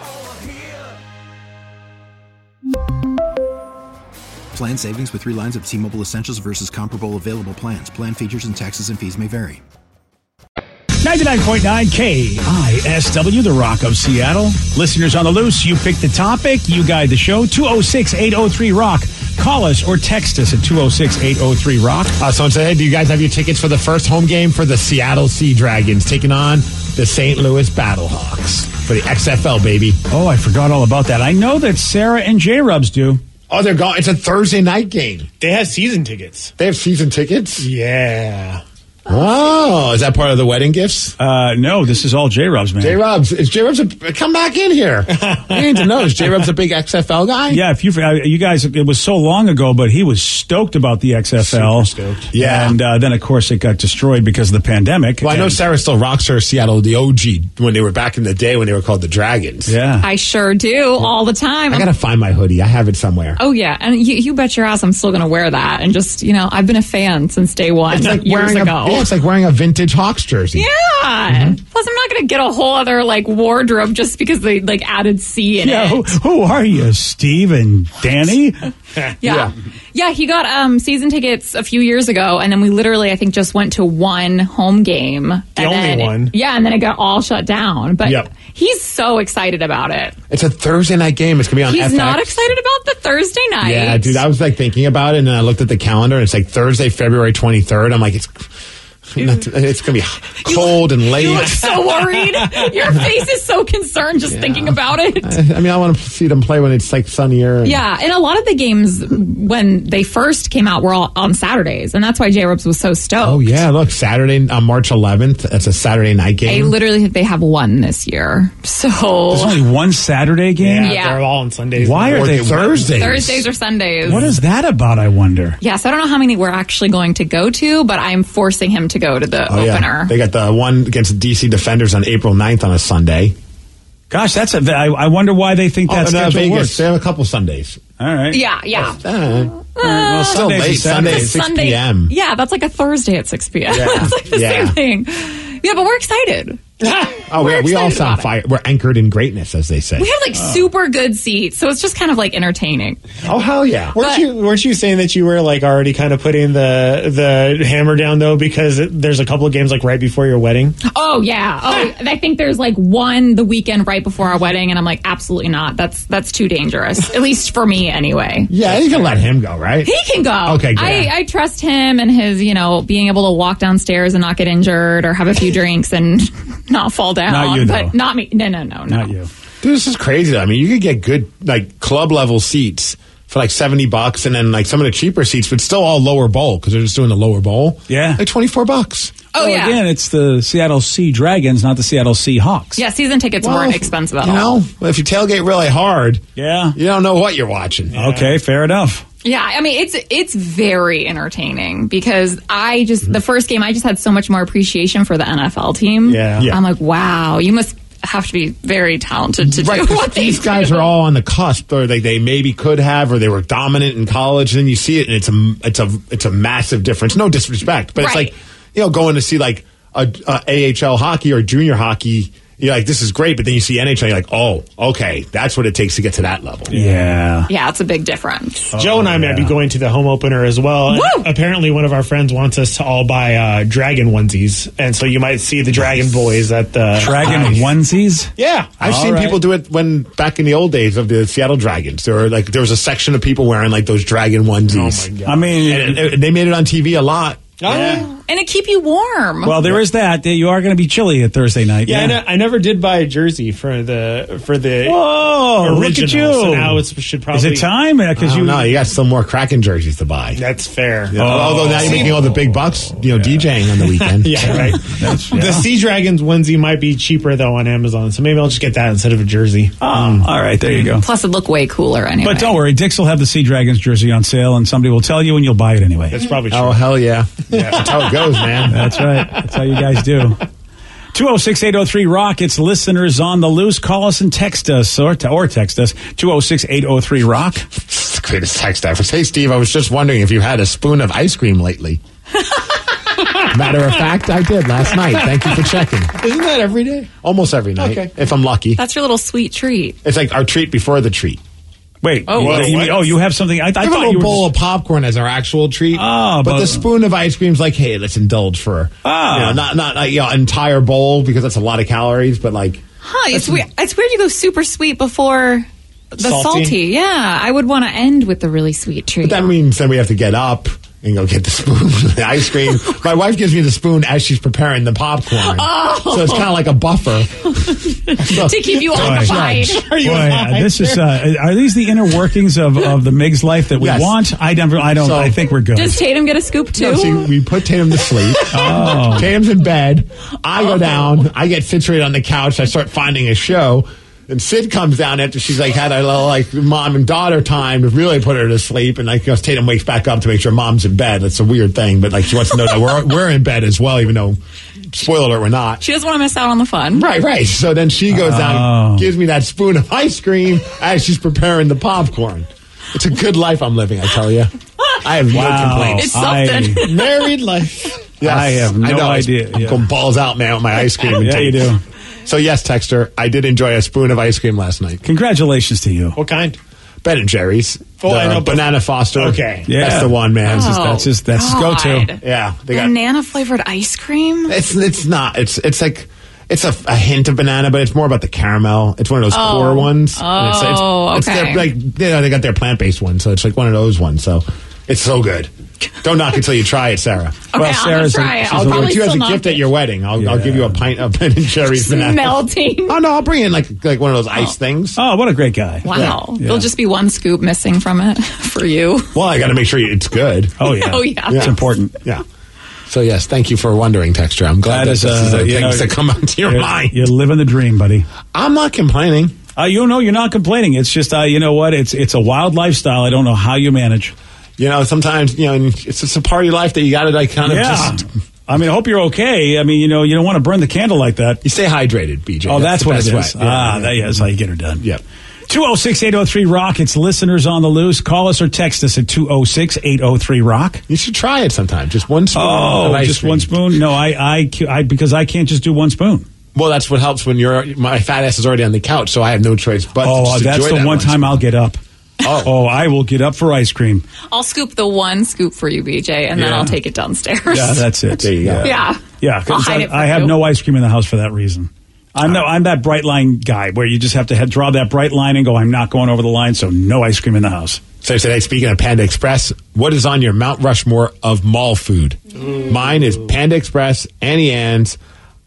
J: Plan savings with three lines of T Mobile Essentials versus comparable available plans. Plan features and taxes and fees may vary.
A: 99.9 KISW, The Rock of Seattle. Listeners on the loose, you pick the topic, you guide the show. 206 803 Rock. Call us or text us at 206 803 Rock.
C: Uh, someone said, hey, do you guys have your tickets for the first home game for the Seattle Sea Dragons taking on the St. Louis Battlehawks for the XFL, baby?
A: Oh, I forgot all about that. I know that Sarah and J Rubs do.
C: Oh, they're gone. It's a Thursday night game.
H: they have season tickets.
C: They have season tickets?
H: Yeah.
C: Oh, is that part of the wedding gifts?
A: Uh, no, this is all J Rubs, man.
C: J Rubs, is J Rubs a. Come back in here. I need to know. Is J Rubs a big XFL guy?
A: Yeah, if you uh, you guys, it was so long ago, but he was stoked about the XFL.
H: Super stoked.
C: Yeah.
A: and uh, then of course it got destroyed because of the pandemic.
C: Well, I know
A: And-
C: Sarah still rocks her Seattle, the OG, when they were back in the day when they were called the Dragons.
A: Yeah,
I: I sure do all the time.
C: I got to find my hoodie. I have it somewhere.
I: Oh yeah, and you, you bet your ass I'm still gonna wear that. And just you know, I've been a fan since day one,
C: It's like
I: years
C: wearing a,
I: ago.
C: yeah, it's like wearing a vintage Hawks jersey. Mm-hmm.
I: yeah. Plus, I'm not gonna get a whole other like wardrobe just because they like added C in
A: yeah. Who,
I: it.
A: who are you, Steve and Danny?
I: Yeah. yeah, He got um season tickets a few years ago, and then we literally I think just went to one home game. The
H: only one.
I: yeah, and then it got all shut down. But
C: Yep.
I: he's so excited about it.
C: It's a Thursday night game. It's gonna be on.
I: He's
C: FX.
I: not excited about the Thursday night.
C: Yeah, dude. I was like thinking about it, and then I looked at the calendar, and it's like Thursday, February twenty third. I'm like, it's not- it's gonna be cold and late.
I: You look so worried. Your face is so concerned just thinking about it.
C: I mean, I want to see them play when it's like sunnier. And,
I: Yeah, and a lot of the games when they first came out were all on Saturdays, and that's why J Rubs was so stoked.
C: Oh yeah, look, Saturday, uh, March 11th. That's a Saturday night
I: I
C: game.
I: literally think they have one this year.
C: Oh.
A: There's
I: So
A: only one Saturday game.
I: Yeah.
H: They're all on Sundays.
A: Why are
C: or
A: they
C: Thursdays.
I: Thursdays or Sundays.
A: What is that about? I wonder.
I: yeah, so I don't know how many we're actually going to go to, but I'm forcing him to go to the
C: Oh, yeah.
I: opener.
C: They got the one against the DC Defenders on April 9th on a Sunday.
A: Gosh, that's a. I, I wonder why they think
C: Oh,
A: that's
C: no,
A: schedule
C: Vegas.
A: works.
C: They have a couple Sundays.
A: All right.
I: Yeah, yeah.
C: Uh,
I: well,
C: still
A: Sundays
C: late.
A: and
C: Sunday at
I: That's a
C: 6
I: Sunday-
C: p.m.
I: Yeah, that's like a Thursday at 6 p.m.
C: Yeah.
I: it's like the
C: Yeah.
I: same thing. Yeah, but we're excited.
C: Oh,
I: We're
C: yeah, we all
I: excited about
C: sound
I: it.
C: fire. We're anchored in greatness, as they say.
I: We have like
A: Oh.
I: super good seats, so it's just kind of like entertaining.
C: Oh hell yeah!
H: Weren't you weren't you saying that you were like already kind of putting the the hammer down though because it, there's a couple of games like right before your wedding?
I: Oh yeah. Oh, I think there's like one the weekend right before our wedding, and I'm like, absolutely not. That's that's too dangerous. At least for me, anyway.
C: Yeah, you can let him go, right?
I: He can go.
C: Okay, good.
I: I, I trust him and his, you know, being able to walk downstairs and not get injured or have a few drinks and not fall down.
C: Not you,
I: but
C: though.
I: not me. No, no,
A: Oh,
I: no, no.
C: you. Dude, this is crazy. though. I mean, you could get good like club level seats for like seventy bucks, and then like some of the cheaper seats, but still all lower bowl because they're just doing the lower bowl.
A: Yeah.
C: Like twenty four bucks.
I: Oh, yeah.
A: Again, it's the Seattle Sea Dragons, not the Seattle Seahawks.
I: Yeah, season tickets
C: Well,
I: weren't expensive at
C: you
I: all.
C: know, if you tailgate really hard,
A: yeah,
C: you don't know what you're watching.
A: Okay, fair enough.
I: Yeah, I mean it's it's very entertaining because I just the first game I just had so much more appreciation for the NFL team.
C: Yeah. Yeah.
I: I'm like, wow, you must have to be very talented to
C: Right,
I: do
C: 'cause
I: what they
C: these guys are all on the cusp, or they, they maybe could have, or they were dominant in college. And then you see it, and it's a it's a it's a massive difference. No disrespect, but
I: Right.
C: it's like you know going to see like a, a AHL hockey or junior hockey. You're like, this is great, but then you see NHL, you're like, oh, okay, that's what it takes to get to that level.
A: Yeah.
I: Yeah, it's a big difference.
H: Joe and I may be going to the home opener as well. And Apparently, one of our friends wants us to all buy uh, dragon onesies, and so you might see the dragon boys at the
A: Dragon onesies.
H: Yeah,
C: I've
H: All
C: seen
H: right.
C: people do it when back in the old days of the Seattle Dragons. There were like there was a section of people wearing like those dragon onesies.
A: Oh my God. I mean,
C: and, it- it- they made it on TV a lot.
I: Oh, And it keep you warm.
A: Well, there is that. You are going to be chilly at Thursday night.
H: Yeah, I, ne- I never did buy a jersey for the for the
A: Whoa! Look
H: original.
A: at you.
H: So now it should probably
A: Is it time? Because you. Oh.
C: no, you got some more Kraken jerseys to buy.
H: That's fair.
C: Yeah, Although now you're making all the big bucks, you know, DJing on the weekend.
H: Oh, yeah, right. The Sea Dragons onesie might be cheaper though on Amazon, so maybe I'll just get that instead of a jersey. Hmm.
A: Oh, all right, there you go.
I: Plus, it looked way cooler anyway.
A: But don't worry, Dix will have the Sea Dragons jersey on sale, and somebody will tell you, and you'll buy it anyway.
H: That's probably
C: Oh hell yeah. yeah! That's how it goes, man.
A: That's right. That's how you guys do. 206 803 Rock. It's listeners on the loose. Call us and text us or, or text us 206 803 Rock.
C: It's the greatest text ever. Hey, Steve, I was just wondering if you had a spoon of ice cream lately. Matter of fact, I did last night. Thank you for checking.
H: Isn't that every day?
C: Almost every night,
I: Okay.
C: if I'm lucky.
I: That's your little sweet treat.
C: It's like our treat before the treat.
A: Wait.
I: Oh,
A: you-
I: what?
A: you mean- oh, you have something.
C: I
A: I, I
C: have a
A: thought
C: little
A: you were.
C: bowl
A: just-
C: of popcorn as our actual treat.
A: Ah,
C: but,
A: but-
C: the spoon of ice cream's like, hey, let's indulge for
A: Ah.
C: you know, not not like, you know, entire bowl because that's a lot of calories, but like
I: Huh? It's weird. It's weird you go super sweet before the
C: Salty?
I: salty. Yeah, I would want to end with the really sweet treat.
C: But that means then we have to get up and go get the spoon, the ice cream. My wife gives me the spoon as she's preparing the popcorn.
I: Oh.
C: So it's kind of like a buffer.
I: to keep you occupied.
A: Boy, uh, this is uh, are these the inner workings of, of the Migs life that we
C: Yes.
A: want? I don't. I don't.
C: So-
A: I think we're good.
I: Does Tatum get a scoop too?
C: No, see, we put Tatum to sleep.
A: Oh.
C: Tatum's in bed. I
I: Oh.
C: go down. I get situated on the couch. I start finding a show. And Sid comes down after she's like had a little like mom and daughter time to really put her to sleep. And like you know, Tatum wakes back up to make sure mom's in bed. That's a weird thing, but like she wants to know that we're we're in bed as well, even though spoiler alert, we're not.
I: she doesn't want to miss out on the fun.
C: Right, right. So then she goes
A: Oh.
C: out, and gives me that spoon of ice cream as she's preparing the popcorn. It's a good life I'm living, I tell you. I have no complaints.
I: It's something.
A: I,
H: Married life.
C: Yes,
A: I have no
C: know,
A: idea.
C: I'm
A: Yeah.
C: going balls out, man, with my ice cream. and
A: Yeah, you
C: tape.
A: do.
C: So yes, Texter, I did enjoy a spoon of ice cream last night.
A: congratulations to you.
H: What kind?
C: Ben and Jerry's,
H: Oh,
C: the
H: I know, but-
C: banana Foster.
H: Okay.
A: Yeah.
C: that's the one, man.
A: That's his- that's his- that's his go-to.
I: Oh, God.
C: Yeah, they got
I: Banana flavored ice cream.
C: It's it's not. It's it's like it's a, a hint of banana, but it's more about the caramel. It's one of those
I: Oh.
C: core ones. And it's,
I: Oh,
C: it's, It's
I: okay.
C: their, like you know, they got their plant based one, so it's like one of those ones. So it's so good. Don't knock it till you try it, Sarah.
I: Okay, I'm gonna
A: Sarah's a-
I: try it.
A: she's
I: I'll
A: a-
C: I'll give
I: probably
C: it to you as
I: still
C: a
I: not
C: gift at your wedding. I'll, I'll
A: Yeah.
C: give you a pint of Ben and Jerry's banana.
I: melting.
C: Oh no, I'll bring in like like one of those ice things.
A: Oh, what a great guy.
I: Wow,
A: Yeah.
I: there'll just be one scoop missing from it for you.
C: Well, I got to make sure it's good.
A: Oh yeah.
I: Oh, yeah.
A: It's important.
C: Yeah. So yes, thank you for wondering, Texture. I'm glad
A: That
C: that,
A: is,
C: this is
A: uh,
C: the
A: you
C: things
A: know,
C: that come out to your
A: You're,
C: mind.
A: you're living the dream, buddy.
C: I'm not complaining.
A: Uh, you know, you're not complaining. It's just, uh, you know what? It's it's a wild lifestyle. I don't know how you manage.
C: You know, sometimes you know and it's it's a party life that you got to like kind of
A: yeah.
C: just.
A: I mean, I hope you're okay. I mean, you know, you don't want to burn the candle like that. You
C: stay hydrated, BJ.
A: Oh,
C: That's
A: that's,
C: the
A: what it
C: best
A: is.
C: way. Yeah,
A: ah,
C: yeah.
A: that- yeah, oh that's how you get her done.
C: Yeah.
A: 206 803 Rock. It's listeners on the loose. Call us or text us at 206 803 Rock.
C: You should try it sometime. Just one spoon. of
A: Oh,
C: ice
A: just
C: cream. Uh,
A: one spoon? No, I, I, I, because I can't just do one spoon.
C: Well, that's what helps when you're my fat ass is already on the couch, so I have no choice but. to
A: oh,
C: just
A: that's
C: enjoy
A: the
C: that
A: one time I'll get up.
C: Oh.
A: I will get up for ice cream.
I: I'll scoop the one scoop for you, BJ, and then
A: Yeah.
I: I'll take it downstairs.
A: Yeah, that's it.
C: There you go.
I: Yeah.
A: Yeah, because
I: I'll hide
A: I,
I: it from
A: I have
I: you.
A: no ice cream in the house for that reason. I'm no, I'm that bright line guy where you just have to head, draw that bright line and go. I'm not going over the line, so no ice cream in the house.
C: So today, speaking of Panda Express, what is on your Mount Rushmore of mall food? Mine is Panda Express, Annie Ann's,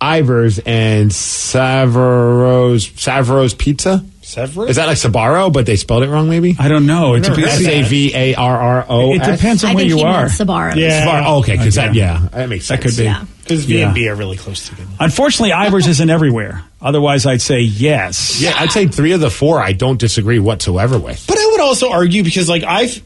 C: Ivers, and Savaro's Savaro's Pizza.
H: Several?
C: Is that like Sabaro, but they spelled it wrong? Maybe
A: I don't know. It
H: I've never
A: depends.
C: S A V A R R O.
A: It depends on
F: I
A: where
F: think
A: you
F: he
A: are.
F: meant Sabaro.
H: Yeah.
C: Sabaro. Oh, okay, because
A: Okay.
C: that yeah, that makes sense.
A: That could be.
F: Yeah.
H: Because V
A: Yeah.
H: and B are really close together.
A: Unfortunately, Ivers isn't everywhere. Otherwise, I'd say yes.
C: Yeah, I'd say three of the four I don't disagree whatsoever with.
H: But I would also argue because like I've,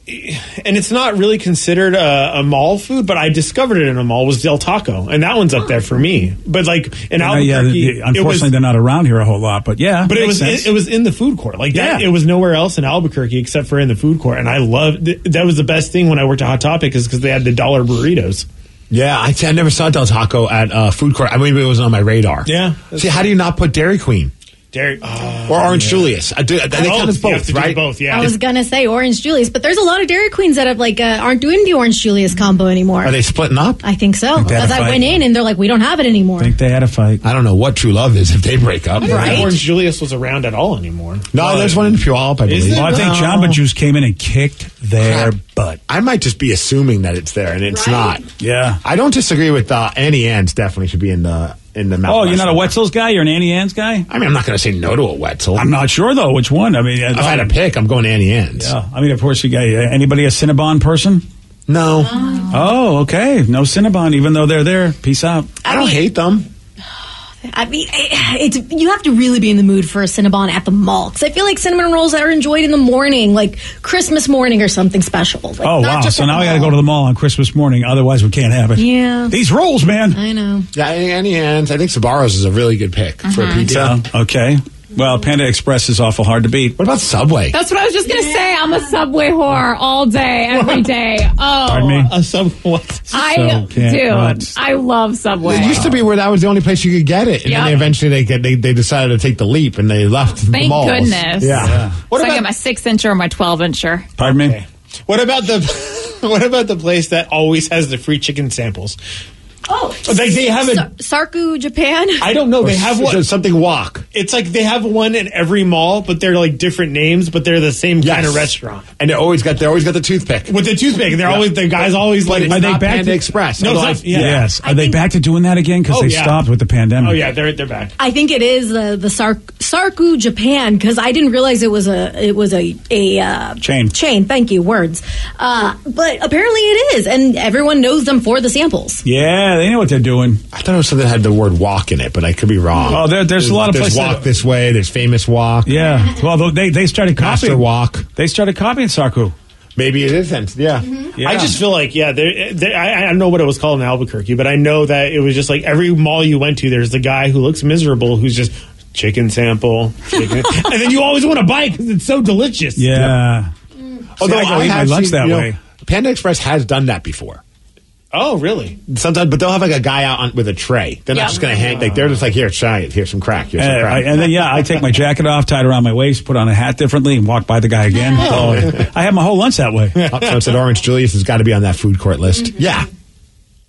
H: and it's not really considered a, a mall food, but I discovered it in a mall was Del Taco, and that one's up there for me. But like in
A: You know, yeah,
H: Albuquerque,
A: the-
H: it
A: unfortunately,
H: was,
A: they're not around here a whole lot. But yeah,
H: but it
A: makes
H: was
A: sense.
H: it, it was in the food court. Like that,
A: Yeah.
H: it was nowhere else in Albuquerque except for in the food court. And I loved th- that was the best thing when I worked at Hot Topic is because they had the dollar burritos.
C: Yeah, I, I never saw Del Taco at uh, food court. I mean, it wasn't on my radar.
H: Yeah.
C: See, how do you not put Dairy Queen
H: Derek,
C: or Orange Julius? I do, they count as
H: Oh, you have
C: both,
H: to do
C: right?
H: both, yeah.
F: I was gonna say Orange Julius, but there's a lot of Dairy Queens that have like uh, aren't doing the Orange Julius combo anymore.
C: Are they splitting up?
F: I think so.
A: they had
F: Because
A: a
F: I
A: fight.
F: went in and they're like, we don't have it anymore.
A: I think they had a fight.
C: I don't know what true love is if they break up.
H: I don't think
F: Right.
H: Orange Julius was around at all anymore.
C: No, there's one in Puyallup, I
H: Is
C: believe.
H: there?
A: Well, I think
H: No.
A: Jamba Juice came in and kicked their
C: Crap.
A: butt.
C: I might just be assuming that it's there, and it's
F: Right.
C: not.
A: Yeah.
C: I don't disagree with uh, Annie Ann's. Definitely should be in the in the. Mount
A: Oh, you're not a
C: Rushmore.
A: Wetzel's guy. You're an Annie Ann's guy.
C: I mean, I'm not going to say no to a Wetzel.
A: I'm not sure though which one. I mean, uh,
C: If I had a pick, I'm going Annie Ann's.
A: Yeah, I mean, of course, you got uh, anybody a Cinnabon person?
C: No,
A: Oh, okay, no Cinnabon, even though they're there. Peace out.
C: I don't hate them.
F: I mean, I- it's you have to really be in the mood for a Cinnabon at the mall because I feel like cinnamon rolls are enjoyed in the morning, like Christmas morning or something special. Like,
A: Oh
F: not
A: wow!
F: just
A: So
F: at
A: now I got to
F: mall.
A: go to the mall on Christmas morning. Otherwise, we can't have it.
F: Yeah.
A: These rolls, man.
F: I know.
C: Yeah, Annie, Annie Ann's. I think Sabaro's is a really good pick for a pizza.
A: Okay. Well, Panda Express is awful hard to beat.
C: What about Subway?
I: That's what I was just gonna say. I'm a subway whore all day, every day. Oh,
A: Pardon me.
H: Uh, some what?
I: I
A: So can't-
I: dude,
A: uh, it's-
I: I love Subway.
C: It used to be where that was the only place you could get it, and then
I: Yep.
C: they eventually they, get, they they decided to take the leap and they left the
I: Thank
C: malls.
I: goodness.
C: Yeah.
I: so I get my six incher or my twelve incher.
A: Pardon me.
H: What about the what about the place that always has the free chicken samples?
F: Oh,
H: Like they have a
F: Sa- Sarku Japan.
H: I don't know,
C: Or
H: they have
C: s-
H: one
C: something walk.
H: it's like they have one in every mall, but they're like different names, but they're the same kind
C: Yes.
H: of restaurant.
C: And they always got they always got the toothpick.
H: With the toothpick, they're always the guys always
C: But
H: like
C: it's
H: are they
C: not
H: back
C: Panda
H: to-
C: Express.
H: No, it's
C: although
H: not,
C: I-
H: yeah.
A: Yes. Are
F: I
A: they
F: think-
A: back to doing that again? Because
H: Oh,
A: they
H: yeah.
A: stopped with the pandemic.
H: Oh yeah, they're they're back.
F: I think it is the the Sar- Sarku Japan because I didn't realize it was a it was a a uh,
A: Chain.
F: chain. Thank you, words. Uh, but apparently it is, and everyone knows them for the samples.
A: Yeah, they know what they're doing.
C: I thought it was something that had the word walk in it, but I could be wrong.
A: Oh, there- there's a lot of
C: there's
A: places
C: walk
A: that-
C: this way. There's famous walk.
A: Yeah. Well, they they started
C: Master
A: copying.
C: walk.
A: They started copying Sarku.
C: Maybe it isn't. Yeah.
A: Yeah.
H: I just feel like yeah, they're, they I, I don't know what it was called in Albuquerque, but I know that it was just like every mall you went to, there's the guy who looks miserable who's just chicken sample, chicken. and then you always want to buy it because it's so delicious.
A: Yeah.
C: Although
A: I go eat my
C: have
A: lunch
C: seen,
A: that
C: you know,
A: way.
C: Panda Express has done that before.
H: Oh, really?
C: Sometimes, but they'll have like a guy out on, with a tray. They're
I: Yeah.
C: not just going to hang. Like they're just like here, try it. Here's some crack. Here's some
A: Uh, I-
C: crack.
A: and then yeah, I take my jacket off, tie it around my waist, put on a hat differently, and walk by the guy again. Oh, I have my whole lunch that way.
C: Up front said Orange Julius has got to be on that food court list.
F: Mm-hmm.
C: Yeah.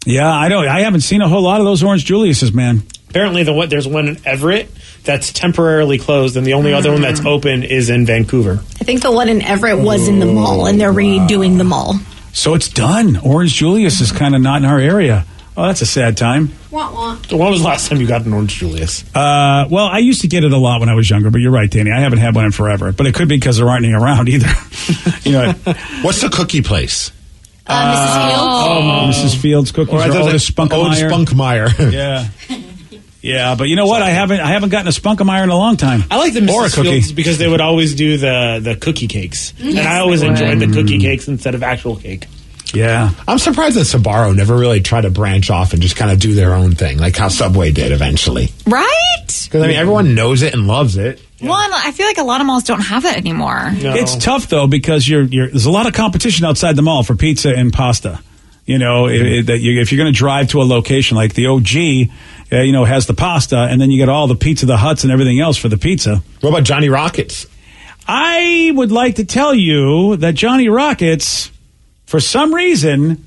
A: Yeah, I don't. I haven't seen a whole lot of those orange Julius's, man.
H: Apparently, the one, there's one in Everett that's temporarily closed, and the only other one that's open is in Vancouver.
F: I think the one in Everett was in the mall, and they're redoing the mall.
A: So it's done. Orange Julius is kind of not in our area. Oh, that's a sad time.
H: So When was the last time you got an Orange Julius?
A: Uh, well, I used to get it a lot when I was younger, but you're right, Danny. I haven't had one in forever. But it could be because there aren't any around either. you know,
C: What's the cookie place? Oh.
F: Uh, Mrs. Fields.
A: Mrs. oh, Fields cookies or, Otis Spunkmeyer.
C: Spunkmeyer.
A: Yeah. Yeah, but you know what? I haven't I haven't gotten a Spunkmeyer in a long time.
H: I like the
A: Or a
H: Mrs.
A: cookie.
H: Fields because they would always do the the cookie cakes, and I always
I: they
H: enjoyed
I: would.
A: Mm.
H: the cookie cakes instead of actual cake.
A: Yeah.
C: I'm surprised that Sabaro never really tried to branch off and just kind of do their own thing, like how Subway did eventually.
I: Right?
C: Because, I mean, everyone knows it and loves it.
I: Well, and I feel like a lot of malls don't have that anymore.
A: It's tough though because you're, you're there's a lot of competition outside the mall for pizza and pasta. You know it, it- that you, if you're going to drive to a location like the OG, uh, you know has the pasta, and then you get all the pizza, the huts, and everything else for the pizza.
C: What about Johnny Rockets?
A: I would like to tell you that Johnny Rockets, for some reason.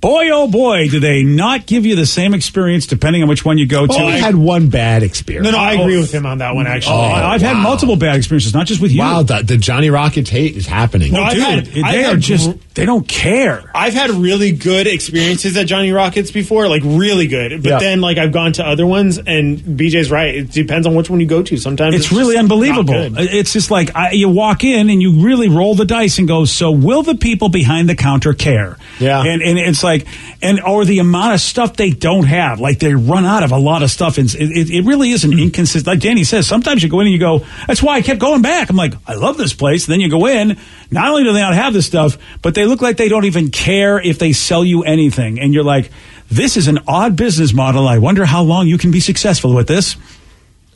A: Boy, oh boy, do they not give you the same experience depending on which one you go to.
C: Oh, I had one bad experience.
A: No, no, I agree with him
H: on that one, actually.
A: Oh, I've had multiple bad experiences, not just with you.
C: Wow, the, the Johnny Rockets hate is happening.
H: No, I've had-
A: they
H: I've
A: are
H: had-
A: just they don't care.
H: I've had really good experiences at Johnny Rockets before, like really good. But
A: Yeah.
H: then, like I've gone to other ones, and BJ's right. It depends on which one you go to. Sometimes
A: It's, really
H: just not
A: unbelievable. Uh,
H: good.
A: It's just like I, you walk in and you really roll the dice and go, so will the people behind the counter care? Yeah. And, and it's like, and or the amount of stuff they don't have, like they run out of a lot of stuff. And it, it, it really is an inconsistent, like Danny says, sometimes you go in and you go, that's why I kept going back. I'm like, I love this place. And then you go in, not only do they not have this stuff, but they look like they don't even care if they sell you anything. And you're like, this is an odd business model. I wonder how long you can be successful with this.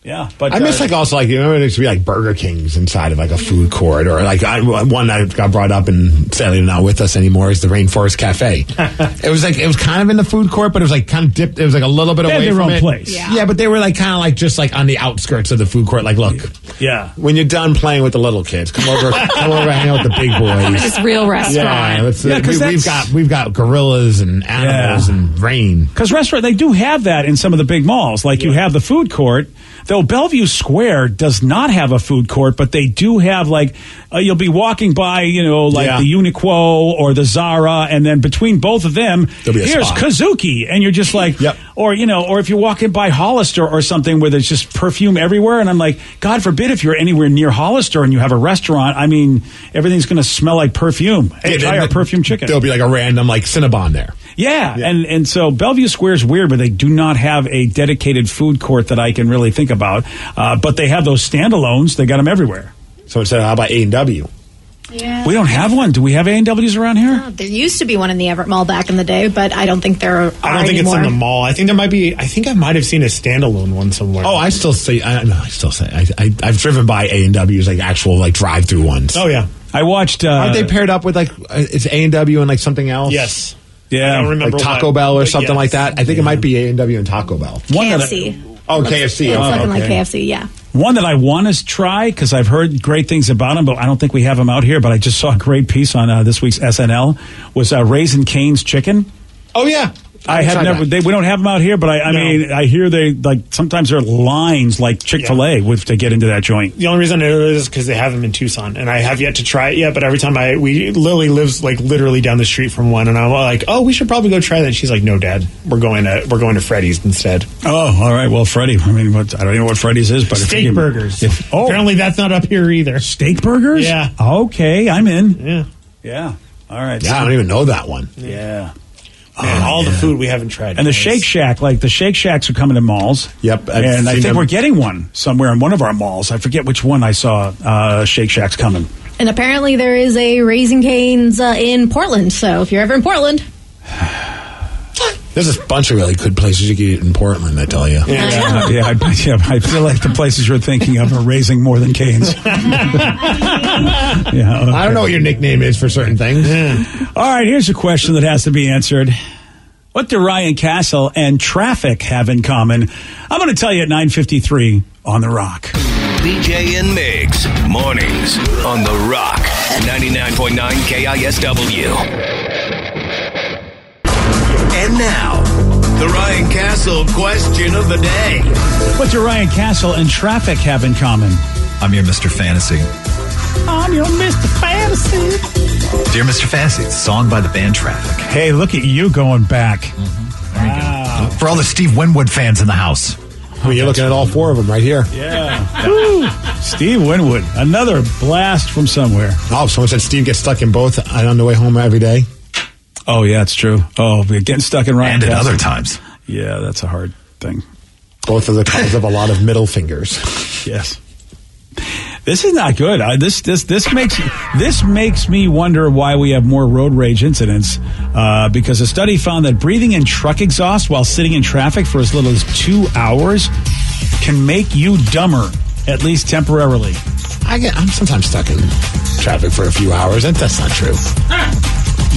A: Yeah, but
C: I miss
A: uh,
C: like also like you remember there used to be like Burger Kings inside of like a food court or like I, one that got brought up and sadly not with us anymore is the Rainforest Cafe. it was like it was kind of in the food court, but it was like kind of dipped. It was like a little bit
A: They had
C: away
A: their
C: from
A: own
C: it.
A: place.
C: Yeah. but they were like kind of like just like on the outskirts of the food court. Like, look,
A: yeah,
C: when you're done playing with the little kids, come over, come over, hang out with the big boys.
I: This real restaurant.
C: Yeah, let's,
A: Yeah,
C: uh, we,
A: 'cause that's-
C: we've got we've got gorillas and animals
A: Yeah.
C: and rain.
A: Because restaurant, they do have that in some of the big malls. Like you have the food court, though Bellevue Square does not have a food court, but they do have like uh, you'll be walking by, you know, like
C: Yeah.
A: the Uniqlo or the Zara, and then between both of them,
C: There'll be a
A: here's
C: spot.
A: Kazuki, and you're just like,
C: Yep.
A: or you know, or if you're walking by Hollister or something where there's just perfume everywhere, and I'm like, God forbid if you're anywhere near Hollister and you have a restaurant, I mean, everything's going to smell like perfume. Hey,
C: Yeah,
A: try
C: then
A: our perfume chicken.
C: There'll be like a random like Cinnabon there.
A: Yeah, and and so Bellevue Square is weird, but they do not have a dedicated food court that I can really think about. Uh, but they have those standalones; they got them everywhere.
C: So instead, how about A and W?
F: Yeah.
A: We don't have one. Do we have A and W's around here?
F: There used to be one in the Everett Mall back in the day, but I don't think there are.
H: I don't think
F: anymore.
H: it's in the mall. I think there might be. I think I might have seen a standalone one somewhere.
C: Oh, I still see. I no, I still say. I, I I've driven by A and W's like actual like drive through ones.
H: oh yeah.
A: I watched. Uh,
C: Aren't they paired up with like uh, it's A and W and like something else?
H: Yes. I don't
A: yeah,
H: remember
C: like Taco
H: what,
C: Bell or
H: but
C: something
H: yes.
C: like that. I think it might be A and W and Taco Bell.
A: one that I,
F: KFC.
C: Oh, KFC.
F: It's
C: oh,
F: looking like
C: okay.
F: KFC. Yeah.
A: one that I want to try because I've heard great things about them, but I don't think we have them out here. But I just saw a great piece on uh, this week's SNL was uh, Raisin Cane's chicken.
C: Oh yeah.
A: I have
C: Try
A: never.
C: that.
A: They, we don't have them out here, but I, I
H: No.
A: mean, I hear they like sometimes there are lines like Chick Fil A with to get into that joint.
H: The only reason I know this is because they have them in Tucson, and I have yet to try it yet. But every time I we Lily lives like literally down the street from one, and I'm like, oh, we should probably go try that. And she's like, no, Dad, we're going to we're going to Freddy's instead.
A: Oh, all right. Well, Freddy. I mean, what, I don't even know what Freddy's is, but if
H: Steak
A: you-
H: burgers.
A: If, oh,
H: Apparently, that's not up here either.
A: steak burgers.
H: Yeah.
A: Okay, I'm in.
H: Yeah,
A: Yeah. All right.
C: Yeah, I don't even know that one. Ah,
A: Yeah.
H: Man, all the food we haven't tried,
A: And the
H: guys.
A: Shake Shack, like the Shake Shacks, are coming to malls.
C: Yep, I've
A: and I
C: seen
A: think
C: them.
A: we're getting one somewhere in one of our malls. I forget which one I saw. Uh, Shake Shack's coming.
F: And apparently there is a Raising Canes uh, in Portland. So if you're ever in Portland,
C: There's a bunch of really good places you can eat in Portland. I tell you.
A: Yeah, yeah, I, yeah, I feel like the places you're thinking of are raising more than canes. yeah. okay.
C: I don't know what your nickname is for certain things.
A: All right, here's a question that has to be answered. What do Ryan Castle and traffic have in common? I'm going to tell you at 9:53 on the Rock.
D: BJ and Migs, mornings on The Rock, 99.9 KISW. And now, the Ryan Castle question of the day.
A: What do Ryan Castle and traffic have in common?
K: I'm your Mr. Fantasy.
A: I'm
E: Um.
A: your Mr. Fantasy.
K: Dear Mr. Fantasy, it's a song by the band Traffic.
A: Hey, look at you going back.
K: Mm-hmm. There you go. For all the Steve Winwood fans in the house.
C: I mean, you're looking at all four of them right here.
A: Yeah. Steve Winwood, another blast from somewhere.
C: Oh, someone said Steve gets stuck in both uh, on the way home every day.
A: Oh yeah, it's true. Oh, we're getting stuck in Ryan
K: and at
A: Castle.
K: other times.
A: Yeah, that's a hard thing.
C: Both of the cause of a lot of middle fingers.
A: Yes. This is not good. I, this this this makes this makes me wonder why we have more road rage incidents. Uh, because a study found that breathing in truck exhaust while sitting in traffic for as little as two hours can make you dumber, at least temporarily.
C: I get, I'm sometimes stuck in traffic for a few hours. That, that's not true.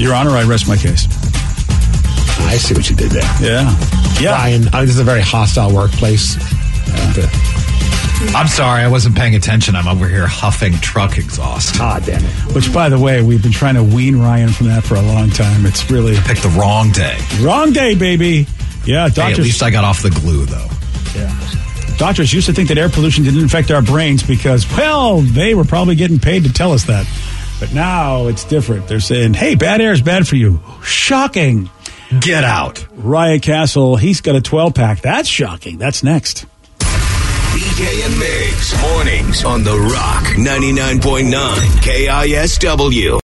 A: Your Honor, I rest my case.
C: I see what you did there.
A: Yeah.
C: Yeah. Ryan, I mean, this is a very hostile workplace.
K: I'm sorry, I wasn't paying attention. I'm over here huffing truck exhaust.
C: Ah, damn it.
A: Which, by the way, we've been trying to wean Ryan from that for a long time. It's really
K: picked the wrong day.
A: Wrong day, baby. Yeah,
K: Hey, at
A: doctors.
K: least I got off the glue, though.
A: Doctors used to think that air pollution didn't affect our brains because, well, they were probably getting paid to tell us that. But now it's different. They're saying, hey, bad air is bad for you. Shocking.
K: Get out.
A: Ryan Castle, he's got a 12 pack. That's shocking. That's next.
D: BJ and Migs. Mornings on The Rock 99.9 KISW.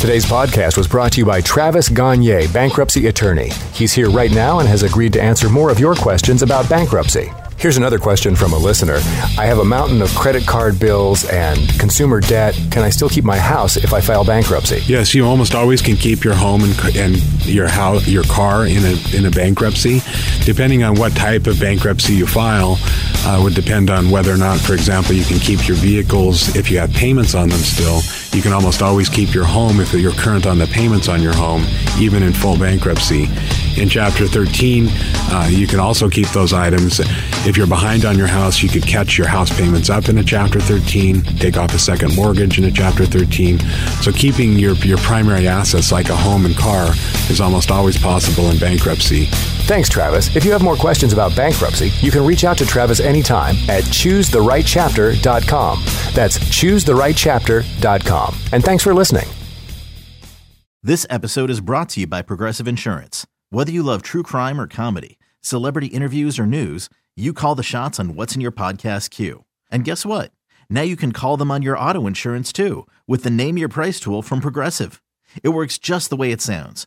L: Today's podcast was brought to you by Travis Gagne, bankruptcy attorney. He's here right now and has agreed to answer more of your questions about bankruptcy. Here's another question from a listener I have a mountain of credit card bills and consumer debt. Can I still keep my house if I file bankruptcy?
B: Yes, you almost always can keep your home and, and your house, your car in a in a bankruptcy. Depending on what type of bankruptcy you file, uh, would depend on whether or not, for example, you can keep your vehicles if you have payments on them. Still, you can almost always keep your home if you're current on the payments on your home, even in full bankruptcy. In Chapter 13, uh, you can also keep those items. If you're behind on your house, you could catch your house payments up in a Chapter 13, take off a second mortgage in a Chapter 13. So keeping your, your primary assets like a home and car is almost always possible in bankruptcy.
L: Thanks, Travis. If you have more questions about bankruptcy, you can reach out to Travis anytime at choosetherightchapter.com. That's choosetherightchapter.com. And thanks for listening.
M: This episode is brought to you by Progressive Insurance. Whether you love true crime or comedy, celebrity interviews or news, you call the shots on what's in your podcast queue. And guess what? Now you can call them on your auto insurance too with the Name Your Price tool from Progressive. It works just the way it sounds.